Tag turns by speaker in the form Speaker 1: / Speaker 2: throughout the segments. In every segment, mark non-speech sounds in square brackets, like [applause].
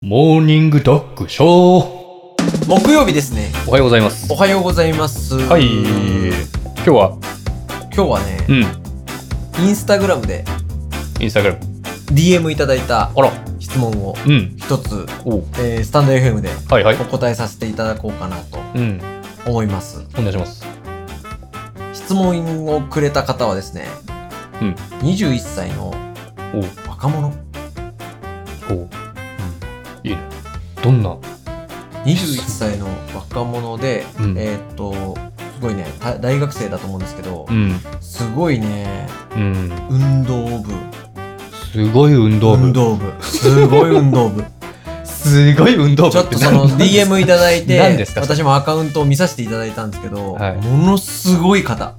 Speaker 1: モーニングドッグショーお
Speaker 2: 木曜日ですね。
Speaker 1: はようございます
Speaker 2: おはようございます。
Speaker 1: はい今日は
Speaker 2: 今日はね、
Speaker 1: うん
Speaker 2: インスタグラムで
Speaker 1: インスタグラム
Speaker 2: DM いただいた
Speaker 1: あら
Speaker 2: 質問を
Speaker 1: うん
Speaker 2: 一つ、
Speaker 1: お
Speaker 2: えースタンド FM で
Speaker 1: はいはい
Speaker 2: お答えさせていただこうかなと
Speaker 1: うん
Speaker 2: 思います。
Speaker 1: お願いします
Speaker 2: 質問をくれた方はですね、
Speaker 1: うん
Speaker 2: 21歳の
Speaker 1: お
Speaker 2: 若者。
Speaker 1: おういいねどんな
Speaker 2: 21歳の若者で、
Speaker 1: うん
Speaker 2: えーっと、すごいね、た大学生だと思うんですけど、
Speaker 1: うん
Speaker 2: すごいね、
Speaker 1: うん
Speaker 2: 運動部。
Speaker 1: すごい運動部
Speaker 2: 運動部。すごい運動部。
Speaker 1: すごい運動部
Speaker 2: ちょっとその
Speaker 1: って何
Speaker 2: DM いただいて
Speaker 1: 何ですか
Speaker 2: 私もアカウントを見させていただいたんですけど、
Speaker 1: はい
Speaker 2: ものすごい方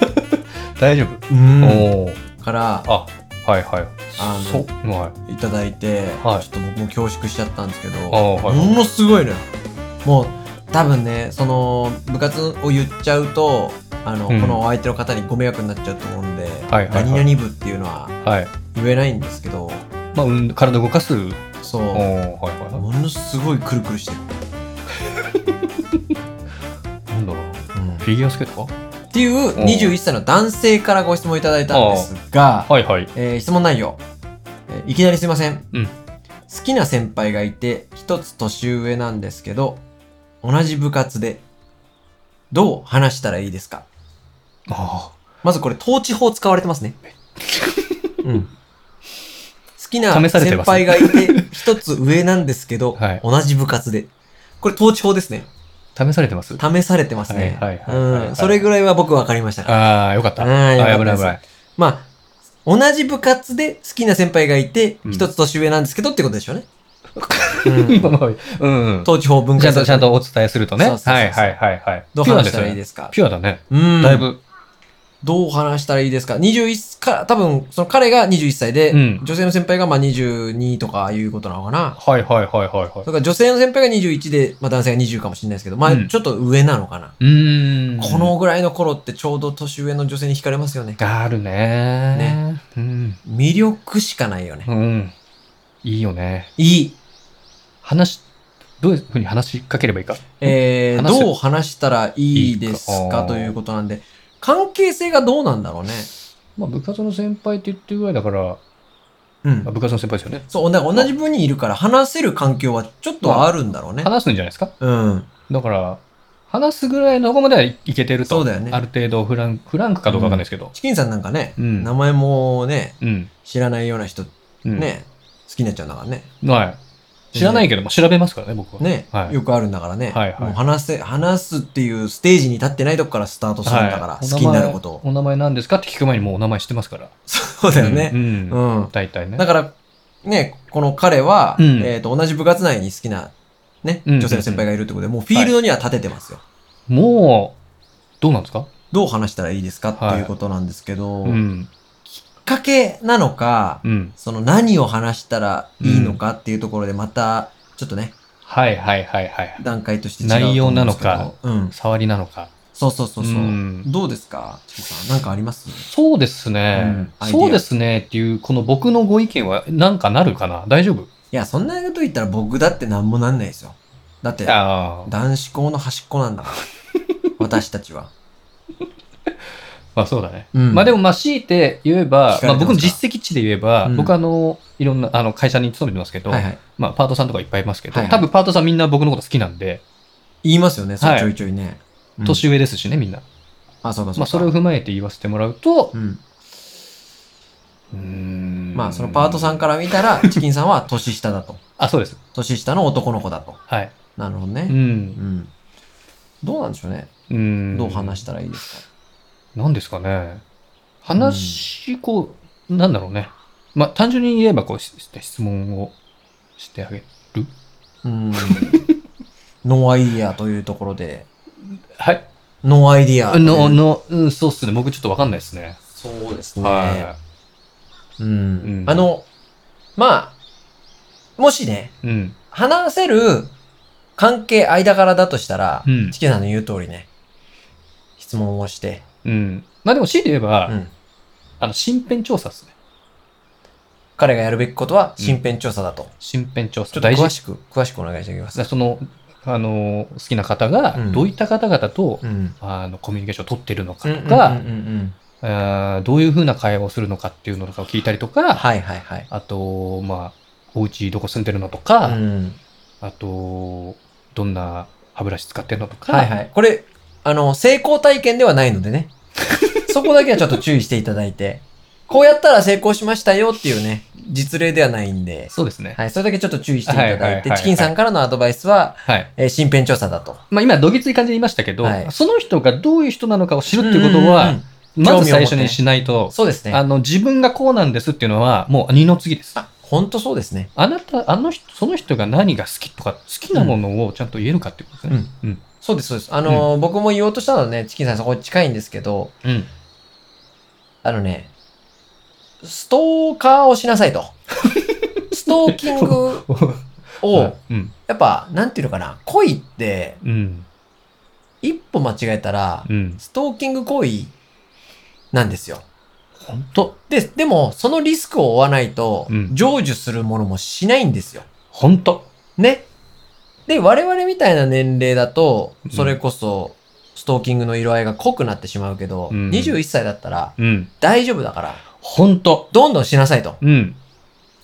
Speaker 1: [laughs] 大丈
Speaker 2: うん
Speaker 1: 夫おお
Speaker 2: から
Speaker 1: あはいはい
Speaker 2: あの
Speaker 1: そうはい
Speaker 2: いただいて、
Speaker 1: はい
Speaker 2: ちょっと僕も恐縮しちゃったんですけど、
Speaker 1: ああはいはい
Speaker 2: ものすごいのよもう多分ねその部活を言っちゃうとあの、
Speaker 1: うん
Speaker 2: このお相手の方にご迷惑になっちゃうと思うんで、
Speaker 1: はいはい
Speaker 2: 何々部っていうのは
Speaker 1: はい
Speaker 2: 言えないんですけど
Speaker 1: まあうん体動かす
Speaker 2: そ
Speaker 1: おお
Speaker 2: う
Speaker 1: はいはいは
Speaker 2: ものすごいくるくるしてる、
Speaker 1: いなんだろう
Speaker 2: うんっ
Speaker 1: フィギュアスケートか
Speaker 2: ていう21歳の男性からご質問いただいたんですが、
Speaker 1: はいはい
Speaker 2: えー質問内容、えーいきなりすいません、
Speaker 1: うん
Speaker 2: 好きな先輩がいて一つ年上なんですけど同じ部活でどう話したらいいですか
Speaker 1: あ
Speaker 2: まずこれ統治法使われてま
Speaker 1: [laughs]
Speaker 2: すね、うん、好きな
Speaker 1: 試されて
Speaker 2: 先
Speaker 1: ます
Speaker 2: 輩がい
Speaker 1: [laughs]
Speaker 2: て一つ上なんですけど、
Speaker 1: はい
Speaker 2: 同じ部活でこれ統治法ですね
Speaker 1: あ試されてます
Speaker 2: 試されてますね
Speaker 1: はいはいはいはいはい
Speaker 2: うんそれぐらいは僕分かりましたから
Speaker 1: ああ、よかった。
Speaker 2: あーよか
Speaker 1: あ
Speaker 2: った
Speaker 1: 危
Speaker 2: で
Speaker 1: ない
Speaker 2: す
Speaker 1: 危ない。
Speaker 2: まあ同じ部活で好きな先輩がいて
Speaker 1: うん
Speaker 2: 一つ年上なんですけどってことでしょうね、
Speaker 1: [laughs] まあまあうんうん。
Speaker 2: 統治法分
Speaker 1: ちゃん
Speaker 2: 解
Speaker 1: と、ちゃんとお伝えするとね。
Speaker 2: そうそうそうそう
Speaker 1: はいはいはいはい。
Speaker 2: どう
Speaker 1: ピュア
Speaker 2: 話
Speaker 1: で
Speaker 2: し
Speaker 1: す
Speaker 2: た
Speaker 1: よ
Speaker 2: らいい
Speaker 1: ね。
Speaker 2: ですか
Speaker 1: ピュアだね。
Speaker 2: うん。
Speaker 1: だいぶ。
Speaker 2: どう話したらいいですか ?21 か、多分、その彼が21歳で、
Speaker 1: うん
Speaker 2: 女性の先輩がまあ22とかいうことなのかな。
Speaker 1: はいはいはいはいはい
Speaker 2: だ。から女性の先輩が21で、まあ男性が20かもしれないですけど、ま
Speaker 1: う
Speaker 2: あ
Speaker 1: ん
Speaker 2: ちょっと上なのかな。
Speaker 1: うーん。
Speaker 2: こ、のぐらいの頃ってちょうど年上の女性に惹かれますよね。
Speaker 1: あるね。ね。うん。
Speaker 2: 魅力しかないよね
Speaker 1: う。ん。いいよね。
Speaker 2: いい。
Speaker 1: 話、どういうふうに話しかければいいか。
Speaker 2: えー、
Speaker 1: 話せ
Speaker 2: どう話したらいいです
Speaker 1: いいかあ
Speaker 2: か
Speaker 1: ー
Speaker 2: ということなんで、関係性がどうなんだろうね。
Speaker 1: まあ、部活の先輩って言ってるぐらいだから、
Speaker 2: うん
Speaker 1: まあ。部活の先輩ですよね。
Speaker 2: そう、なんか同じ部にいるから話せる環境はちょっとはあるんだろうね。
Speaker 1: 話すんじゃないですか。
Speaker 2: うん。
Speaker 1: だから、話すぐらいのとこまではいいけてると。
Speaker 2: そうだよね
Speaker 1: ある程度フラン、フランクかどうかわかんないですけど。
Speaker 2: チキンさんなんかね、
Speaker 1: うん
Speaker 2: 名前もね、
Speaker 1: うん。
Speaker 2: 知らないような人ね、
Speaker 1: うん。
Speaker 2: 好きになっちゃうんだからね。
Speaker 1: はい。知らないけども、調べますからね、僕は。
Speaker 2: ね、
Speaker 1: はい。
Speaker 2: よくあるんだからね。
Speaker 1: はいはい
Speaker 2: もう話せ、話すっていうステージに立ってないとこからスタートするんだから、
Speaker 1: はい
Speaker 2: 好きになることを。
Speaker 1: お名前何ですかって聞く前にもうお名前知ってますから。
Speaker 2: そうだよ
Speaker 1: う
Speaker 2: ね。
Speaker 1: ん。
Speaker 2: う
Speaker 1: うん
Speaker 2: ん。
Speaker 1: 大体ね。
Speaker 2: だから、ね、この彼は、
Speaker 1: うん
Speaker 2: えっ、と、同じ部活内に好きな、ね、
Speaker 1: うん
Speaker 2: 女性の先輩がいるってことで、もうフィールドには立ててますよ。
Speaker 1: もう、どうなんですか
Speaker 2: どう話したらいいですかっていうことなんですけど、
Speaker 1: う
Speaker 2: きっ
Speaker 1: ん。
Speaker 2: かけなのか、
Speaker 1: うん。
Speaker 2: その何を話したらいいのかっていうところでまたちょっとね、
Speaker 1: はいはいはいはい。
Speaker 2: 段階として違うと思うんですけど
Speaker 1: 内容なのか
Speaker 2: うん
Speaker 1: 触りなのか。
Speaker 2: そうそうそうそう、
Speaker 1: うん
Speaker 2: どうですかチキさんなんかあります
Speaker 1: そうですね、
Speaker 2: うん
Speaker 1: そうですねっていう、この僕のご意見はなんかなるかな大丈夫
Speaker 2: いやそんなこと言ったら僕だって何もなんないですよだって
Speaker 1: ああ。
Speaker 2: 男子校の端っこなん
Speaker 1: [laughs]
Speaker 2: だから私たちは
Speaker 1: まあそうだね。
Speaker 2: うん
Speaker 1: まあでも、まあ強いて言えばま
Speaker 2: 聞、かれてますか
Speaker 1: あ僕の実績値で言えば、
Speaker 2: うん
Speaker 1: 僕あの、いろんなあの会社に勤めてますけど、
Speaker 2: はいはい
Speaker 1: まあパートさんとかいっぱいいますけど、
Speaker 2: はいはい
Speaker 1: 多分パートさんみんな僕のこと好きなんで、
Speaker 2: 言いますよねそ
Speaker 1: はい
Speaker 2: れちょいちょいね、うん
Speaker 1: 年上ですしね、みんな。
Speaker 2: あそうかそうか
Speaker 1: まあ、それを踏まえて言わせてもらうと
Speaker 2: う、ん、
Speaker 1: うん
Speaker 2: まあそのパートさんから見
Speaker 1: [laughs]
Speaker 2: たらチキンさんは年下だと
Speaker 1: あ、そうです。
Speaker 2: 年下の男の子だと
Speaker 1: はい。
Speaker 2: なるほど
Speaker 1: う。
Speaker 2: ねうんんどうなんでしょうね
Speaker 1: うん。
Speaker 2: どう話したたらいいですか
Speaker 1: なんですかね。話、こう、なんだろうね。まあ、単純に言えば、こう、し質問をしてあげる。
Speaker 2: うん。ノーアイディアというところで、
Speaker 1: はい。
Speaker 2: ノーアイディア。
Speaker 1: の、の、うん、そうっすね。僕ちょっとわかんないですね。
Speaker 2: そうです
Speaker 1: は
Speaker 2: うん。
Speaker 1: ん
Speaker 2: あの、まあ、もしね、
Speaker 1: い。うん。
Speaker 2: 話せる関係間柄だとしたら
Speaker 1: う、ん
Speaker 2: チ。キさんの言う通りね、質問をして、
Speaker 1: うん。まあ、でも、強いて言えば、
Speaker 2: うん。
Speaker 1: あの、身辺調査っすね。
Speaker 2: 彼がやるべきことは身辺調査だと。
Speaker 1: 身辺調
Speaker 2: ちょ
Speaker 1: 査
Speaker 2: っと
Speaker 1: 大事
Speaker 2: 詳
Speaker 1: だか
Speaker 2: しく、詳しくお願いしてきます
Speaker 1: ら。そのあの好きな方が
Speaker 2: うん
Speaker 1: どういった方々と、
Speaker 2: うん。
Speaker 1: あのコミュニケーションを取ってるのか
Speaker 2: うん
Speaker 1: とか、
Speaker 2: うんうんうん
Speaker 1: あーどういうふうな会話をするのかっていうのとかを聞いたりとか、
Speaker 2: はいはいはい。
Speaker 1: あとまあお家どこ住んでるのとか、
Speaker 2: うん
Speaker 1: あとどんな歯ブラシ使ってるのとか、
Speaker 2: はいはい。これ、あの、成功体験ではないの
Speaker 1: [laughs]
Speaker 2: でね。そこだけはちょっと注意していただいて。こうやったら成功しましたよっていうね、実例ではないんで。
Speaker 1: そうですね。
Speaker 2: はい、それだけちょっと注意していた
Speaker 1: はい
Speaker 2: だ
Speaker 1: はいいは
Speaker 2: て、
Speaker 1: いはい
Speaker 2: チキンさんからのアドバイスは、
Speaker 1: はい。
Speaker 2: えー身辺調査だと。
Speaker 1: まあ今、どぎつい感じで言いましたけど、
Speaker 2: はい
Speaker 1: その人がどういう人なのかを知るっていうこと
Speaker 2: うんうん
Speaker 1: は、
Speaker 2: ん興味を持って
Speaker 1: まず最初にしない
Speaker 2: うん
Speaker 1: と、
Speaker 2: そうですね。
Speaker 1: あの、自分がこうなんですっていうのは、もう二の次です。
Speaker 2: あ、ほんとそうですね。
Speaker 1: あなた、あの人、その人が何が好きとか、好きなものをちゃんと言えるかっていうことですね。うん。
Speaker 2: そうです、そうです。あのー、僕も言おうとしたのはね、チキンさんそこに近いんですけど、
Speaker 1: うん。
Speaker 2: あのね、ストーカーをしな
Speaker 1: [laughs]
Speaker 2: さいと。ストーキングを、
Speaker 1: うん。
Speaker 2: やっぱ、なんていうのかな、恋って、
Speaker 1: うん。
Speaker 2: 一歩間違えたら、
Speaker 1: うん。
Speaker 2: ストーキング行為なんですよ。
Speaker 1: ほんと、
Speaker 2: で、でも、そのリスクを負わないと、
Speaker 1: うん
Speaker 2: 成就するものもしないんですよ。
Speaker 1: ほんと。
Speaker 2: ね。で、我々みたいな年齢だと
Speaker 1: うん、
Speaker 2: それこそ、ストーキングの色合いが濃くなってしまうけど、
Speaker 1: うん
Speaker 2: 21歳だったら、
Speaker 1: うん。
Speaker 2: 大丈夫だから、
Speaker 1: ほんと。
Speaker 2: どんどんしなさいと
Speaker 1: うん。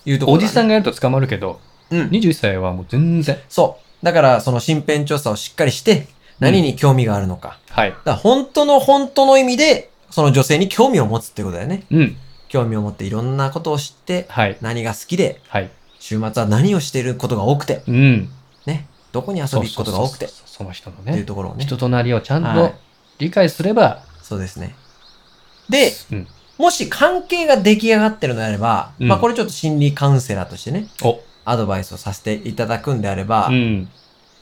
Speaker 2: いうところ
Speaker 1: お
Speaker 2: だね、
Speaker 1: じさんがやると捕まるけど、
Speaker 2: うん。
Speaker 1: 21歳はもう全然。
Speaker 2: そう。だから、その身辺調査をしっかりして、何に興味があるのか。
Speaker 1: はい。
Speaker 2: だから本当の本当の意味で、その女性に興味を持つってことだよね。
Speaker 1: うん。
Speaker 2: 興味を持っていろんなことを知って、
Speaker 1: はい。
Speaker 2: 何が好きで、
Speaker 1: はい。
Speaker 2: 週末は何をしていることが多くて、
Speaker 1: うん。
Speaker 2: ね、どこに遊び行くことが多くて、っ
Speaker 1: そうそうそうその人の
Speaker 2: ていう
Speaker 1: ね、
Speaker 2: ところをね。
Speaker 1: 人となりをちゃん
Speaker 2: は
Speaker 1: と
Speaker 2: い
Speaker 1: 理解すれば、
Speaker 2: そうですね。で、
Speaker 1: うん。
Speaker 2: もし関係が出来上がってるのであれば、
Speaker 1: うん
Speaker 2: まあこれちょっと心理カウンセラーとしてね、
Speaker 1: お、
Speaker 2: アドバイスをさせていただくんであれば、
Speaker 1: うん。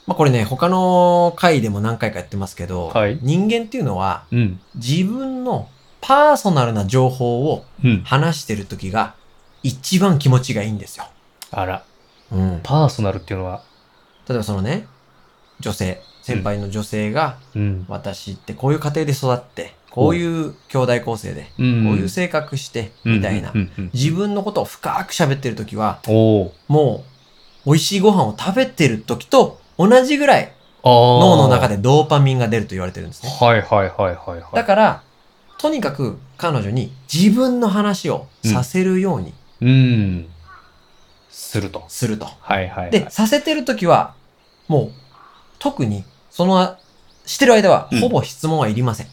Speaker 2: まあこれね、他の回でも何回かやってますけど、
Speaker 1: はい
Speaker 2: 人間っていうのは
Speaker 1: うん。
Speaker 2: 自分のパーソナルな情報を
Speaker 1: うん。
Speaker 2: 話してる時が一番気持ちがいいんですよ。
Speaker 1: あら、
Speaker 2: うん。
Speaker 1: パーソナルっていうのは、
Speaker 2: 例えばそのね、女性、先輩の女性が、
Speaker 1: うん。
Speaker 2: 私ってこういう家庭で育って、こういう兄弟構成で、
Speaker 1: う
Speaker 2: こ
Speaker 1: ん
Speaker 2: ういう性格して、みたいな
Speaker 1: う。んうんうん
Speaker 2: 自分のことを深く喋ってる時は、
Speaker 1: おー
Speaker 2: もう、美味しいご飯を食べてる時と同じぐらい
Speaker 1: あー
Speaker 2: 脳の中でドーパミンが出ると言われてるんですね。
Speaker 1: はいはいはいはいはい。
Speaker 2: だから、とにかく彼女に自分の話をさせるように
Speaker 1: うん。すると。
Speaker 2: すると。
Speaker 1: はいはい、はい。
Speaker 2: で、させてる時は、もう、特に、その、してる間は
Speaker 1: うん、
Speaker 2: ほぼ質問はいりません。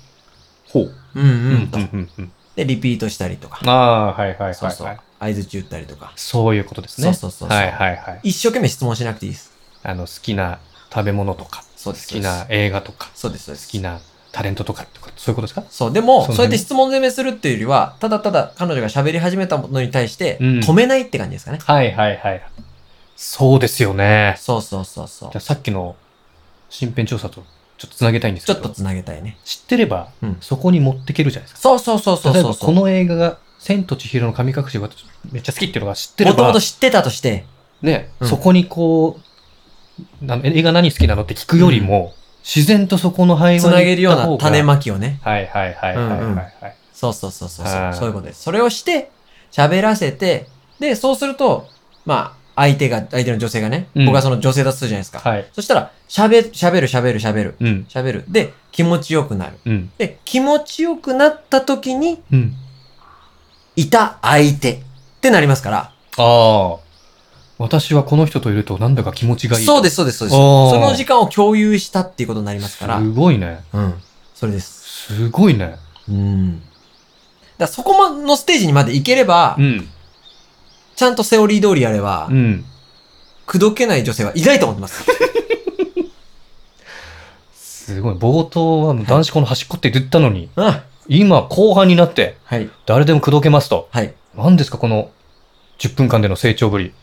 Speaker 1: ほう。
Speaker 2: うん
Speaker 1: う
Speaker 2: うんと。
Speaker 1: んうん。
Speaker 2: で、リピートしたりとか、
Speaker 1: ああー、はいはいはい、はい。
Speaker 2: そ
Speaker 1: そう
Speaker 2: うそう、合図中打ったりとか。
Speaker 1: いうことですね。
Speaker 2: そうそうそうそう
Speaker 1: はいはいはい。
Speaker 2: 一生懸命質問しなくていいです。
Speaker 1: あの、好きな食べ物とか、
Speaker 2: そう
Speaker 1: 好
Speaker 2: です。
Speaker 1: きな映画とか、
Speaker 2: そうです。そうです、
Speaker 1: 好
Speaker 2: そう
Speaker 1: き
Speaker 2: です。
Speaker 1: なタレントとかとか、そういうことですか
Speaker 2: そう、でも、
Speaker 1: その辺
Speaker 2: そうやって質問攻めするっていうよりは、ただただ彼女が喋り始めたものに対して、
Speaker 1: うん
Speaker 2: 止めないって感じですかね。
Speaker 1: はいはいはい。そうですよね。
Speaker 2: そうそうそうそう
Speaker 1: じゃあ。さっきの身辺調査とちょっとつなげたいんですけ
Speaker 2: ちょ
Speaker 1: ど、
Speaker 2: っとつなげたいね。
Speaker 1: 知ってれば
Speaker 2: うん
Speaker 1: そこに持ってけるじゃないですか。
Speaker 2: そうそうそうそう
Speaker 1: 例え
Speaker 2: そう
Speaker 1: ば
Speaker 2: そう。
Speaker 1: こ
Speaker 2: も
Speaker 1: の映画が千と千尋の神隠しが私めっちゃ好きっていうのが知ってれ
Speaker 2: とも
Speaker 1: ば
Speaker 2: と、知ってたとして、
Speaker 1: ね、
Speaker 2: うん
Speaker 1: そこにこう、な映画何好きなのって聞くよりも、自然とそこの配
Speaker 2: つ
Speaker 1: 合
Speaker 2: なげるような種
Speaker 1: ま
Speaker 2: まきをね。
Speaker 1: はいはいはいはいはい、
Speaker 2: うんうん
Speaker 1: はい。
Speaker 2: そうそうそうそうそ
Speaker 1: は
Speaker 2: う。
Speaker 1: い
Speaker 2: そういうことです。それをして、喋らせて、で、そうすると、まあ、相手が、相手の女性がね、
Speaker 1: うん
Speaker 2: 僕はその女性だとするじゃないですか。
Speaker 1: はい。
Speaker 2: そしたら、喋、喋る、喋る、喋る、
Speaker 1: うん。
Speaker 2: 喋る。で、気持ちよくなる。
Speaker 1: うん。
Speaker 2: で、気持ちよくなった時に、
Speaker 1: うん。
Speaker 2: いた相手ってなりますから。
Speaker 1: ああ。私はこの人といるとなんだか気持ちがいい。
Speaker 2: そう
Speaker 1: で
Speaker 2: です、そうです、そうです。
Speaker 1: おー
Speaker 2: その時間を共有したっていうことになりますから。
Speaker 1: すごいね。
Speaker 2: うん。それです。
Speaker 1: すごいね。
Speaker 2: うん。だからそこのステージにまで行ければ、
Speaker 1: うん。
Speaker 2: ちゃんとセオリー通りやれば、
Speaker 1: うん。
Speaker 2: 口説けない女性はいないと思ってます。
Speaker 1: [laughs] すごい。冒頭はもう男子校の端っこって言ったのに、
Speaker 2: うん。は
Speaker 1: 今、後半になって、
Speaker 2: い。
Speaker 1: 誰でも口説けますと。
Speaker 2: はい。
Speaker 1: 何ですか、この10分間での成長ぶり。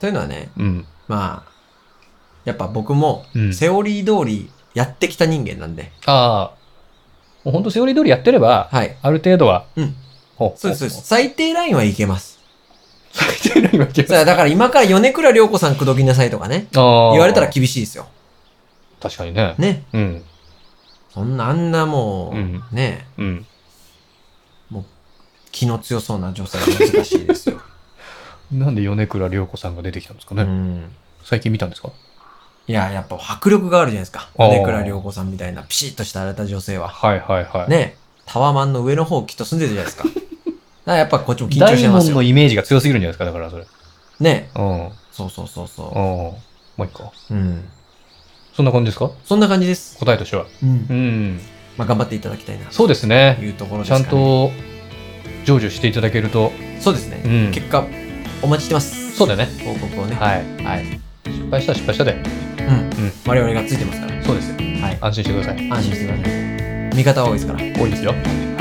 Speaker 2: というのはね、
Speaker 1: うん。
Speaker 2: まあ、やっぱ僕も
Speaker 1: うん、
Speaker 2: セオリー通りやってきた人間なんで、
Speaker 1: ああ。もう本当セオリー通りやってれば、
Speaker 2: はい。
Speaker 1: ある程度は。
Speaker 2: うん
Speaker 1: ほ。
Speaker 2: そうです、そうです。最低ラインはいけます。
Speaker 1: 最低ラインは決
Speaker 2: [laughs] それはだから今から米倉涼子さん口説きなさいとかね、言
Speaker 1: 言
Speaker 2: われたら厳しいですよ。
Speaker 1: 確かにね。
Speaker 2: ね。
Speaker 1: うん。
Speaker 2: そんな、あんなもう、
Speaker 1: うん
Speaker 2: ね、
Speaker 1: うん。
Speaker 2: 気の強そうな女性は難しいですよ。
Speaker 1: なんで米倉涼子さんが出てきたんですか [laughs]
Speaker 2: う
Speaker 1: ね、
Speaker 2: ん。
Speaker 1: 最近見たんですか
Speaker 2: いや、やっぱ迫力があるじゃないですか。
Speaker 1: あー
Speaker 2: 米倉涼子さんみたいなピシッとした荒れた女性は。
Speaker 1: はいはいはい。
Speaker 2: ねタワマンの上の方きっと住んでるじ
Speaker 1: [laughs]
Speaker 2: ゃないですか。だからやっぱこっちも緊張し
Speaker 1: 大
Speaker 2: てます
Speaker 1: 門
Speaker 2: よ
Speaker 1: の。イメージが強すぎるんじゃないですか、だからそれ。
Speaker 2: ね
Speaker 1: うん。うん。
Speaker 2: そうそうそうそ
Speaker 1: もう一個。
Speaker 2: う。うん。
Speaker 1: そんな感じですか
Speaker 2: そんな感じです。
Speaker 1: 答えとしては。
Speaker 2: うん
Speaker 1: う。ん。
Speaker 2: まあ頑張っていただきたいな、と
Speaker 1: そうですね。
Speaker 2: いうところです
Speaker 1: ちゃ
Speaker 2: か
Speaker 1: ん
Speaker 2: ね。
Speaker 1: と成就していただけると。
Speaker 2: そうですね。
Speaker 1: うん。
Speaker 2: 結果、お待ちしてます。
Speaker 1: そうだね。
Speaker 2: 報告をね。
Speaker 1: はい。
Speaker 2: はい。
Speaker 1: 失敗したら失敗したで。
Speaker 2: うん。我々がついてますから。
Speaker 1: そうですよ。
Speaker 2: はい。
Speaker 1: 安心してください。
Speaker 2: 安心してください。味方は多いですから。
Speaker 1: 多いですよ。は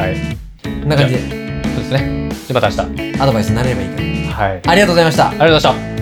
Speaker 1: い。
Speaker 2: こんな感じで
Speaker 1: そうですね。じゃあまた明
Speaker 2: アドバイスになれればいいか
Speaker 1: 日。はい。ありがとう
Speaker 2: ら。ありがとうございました。
Speaker 1: ございました。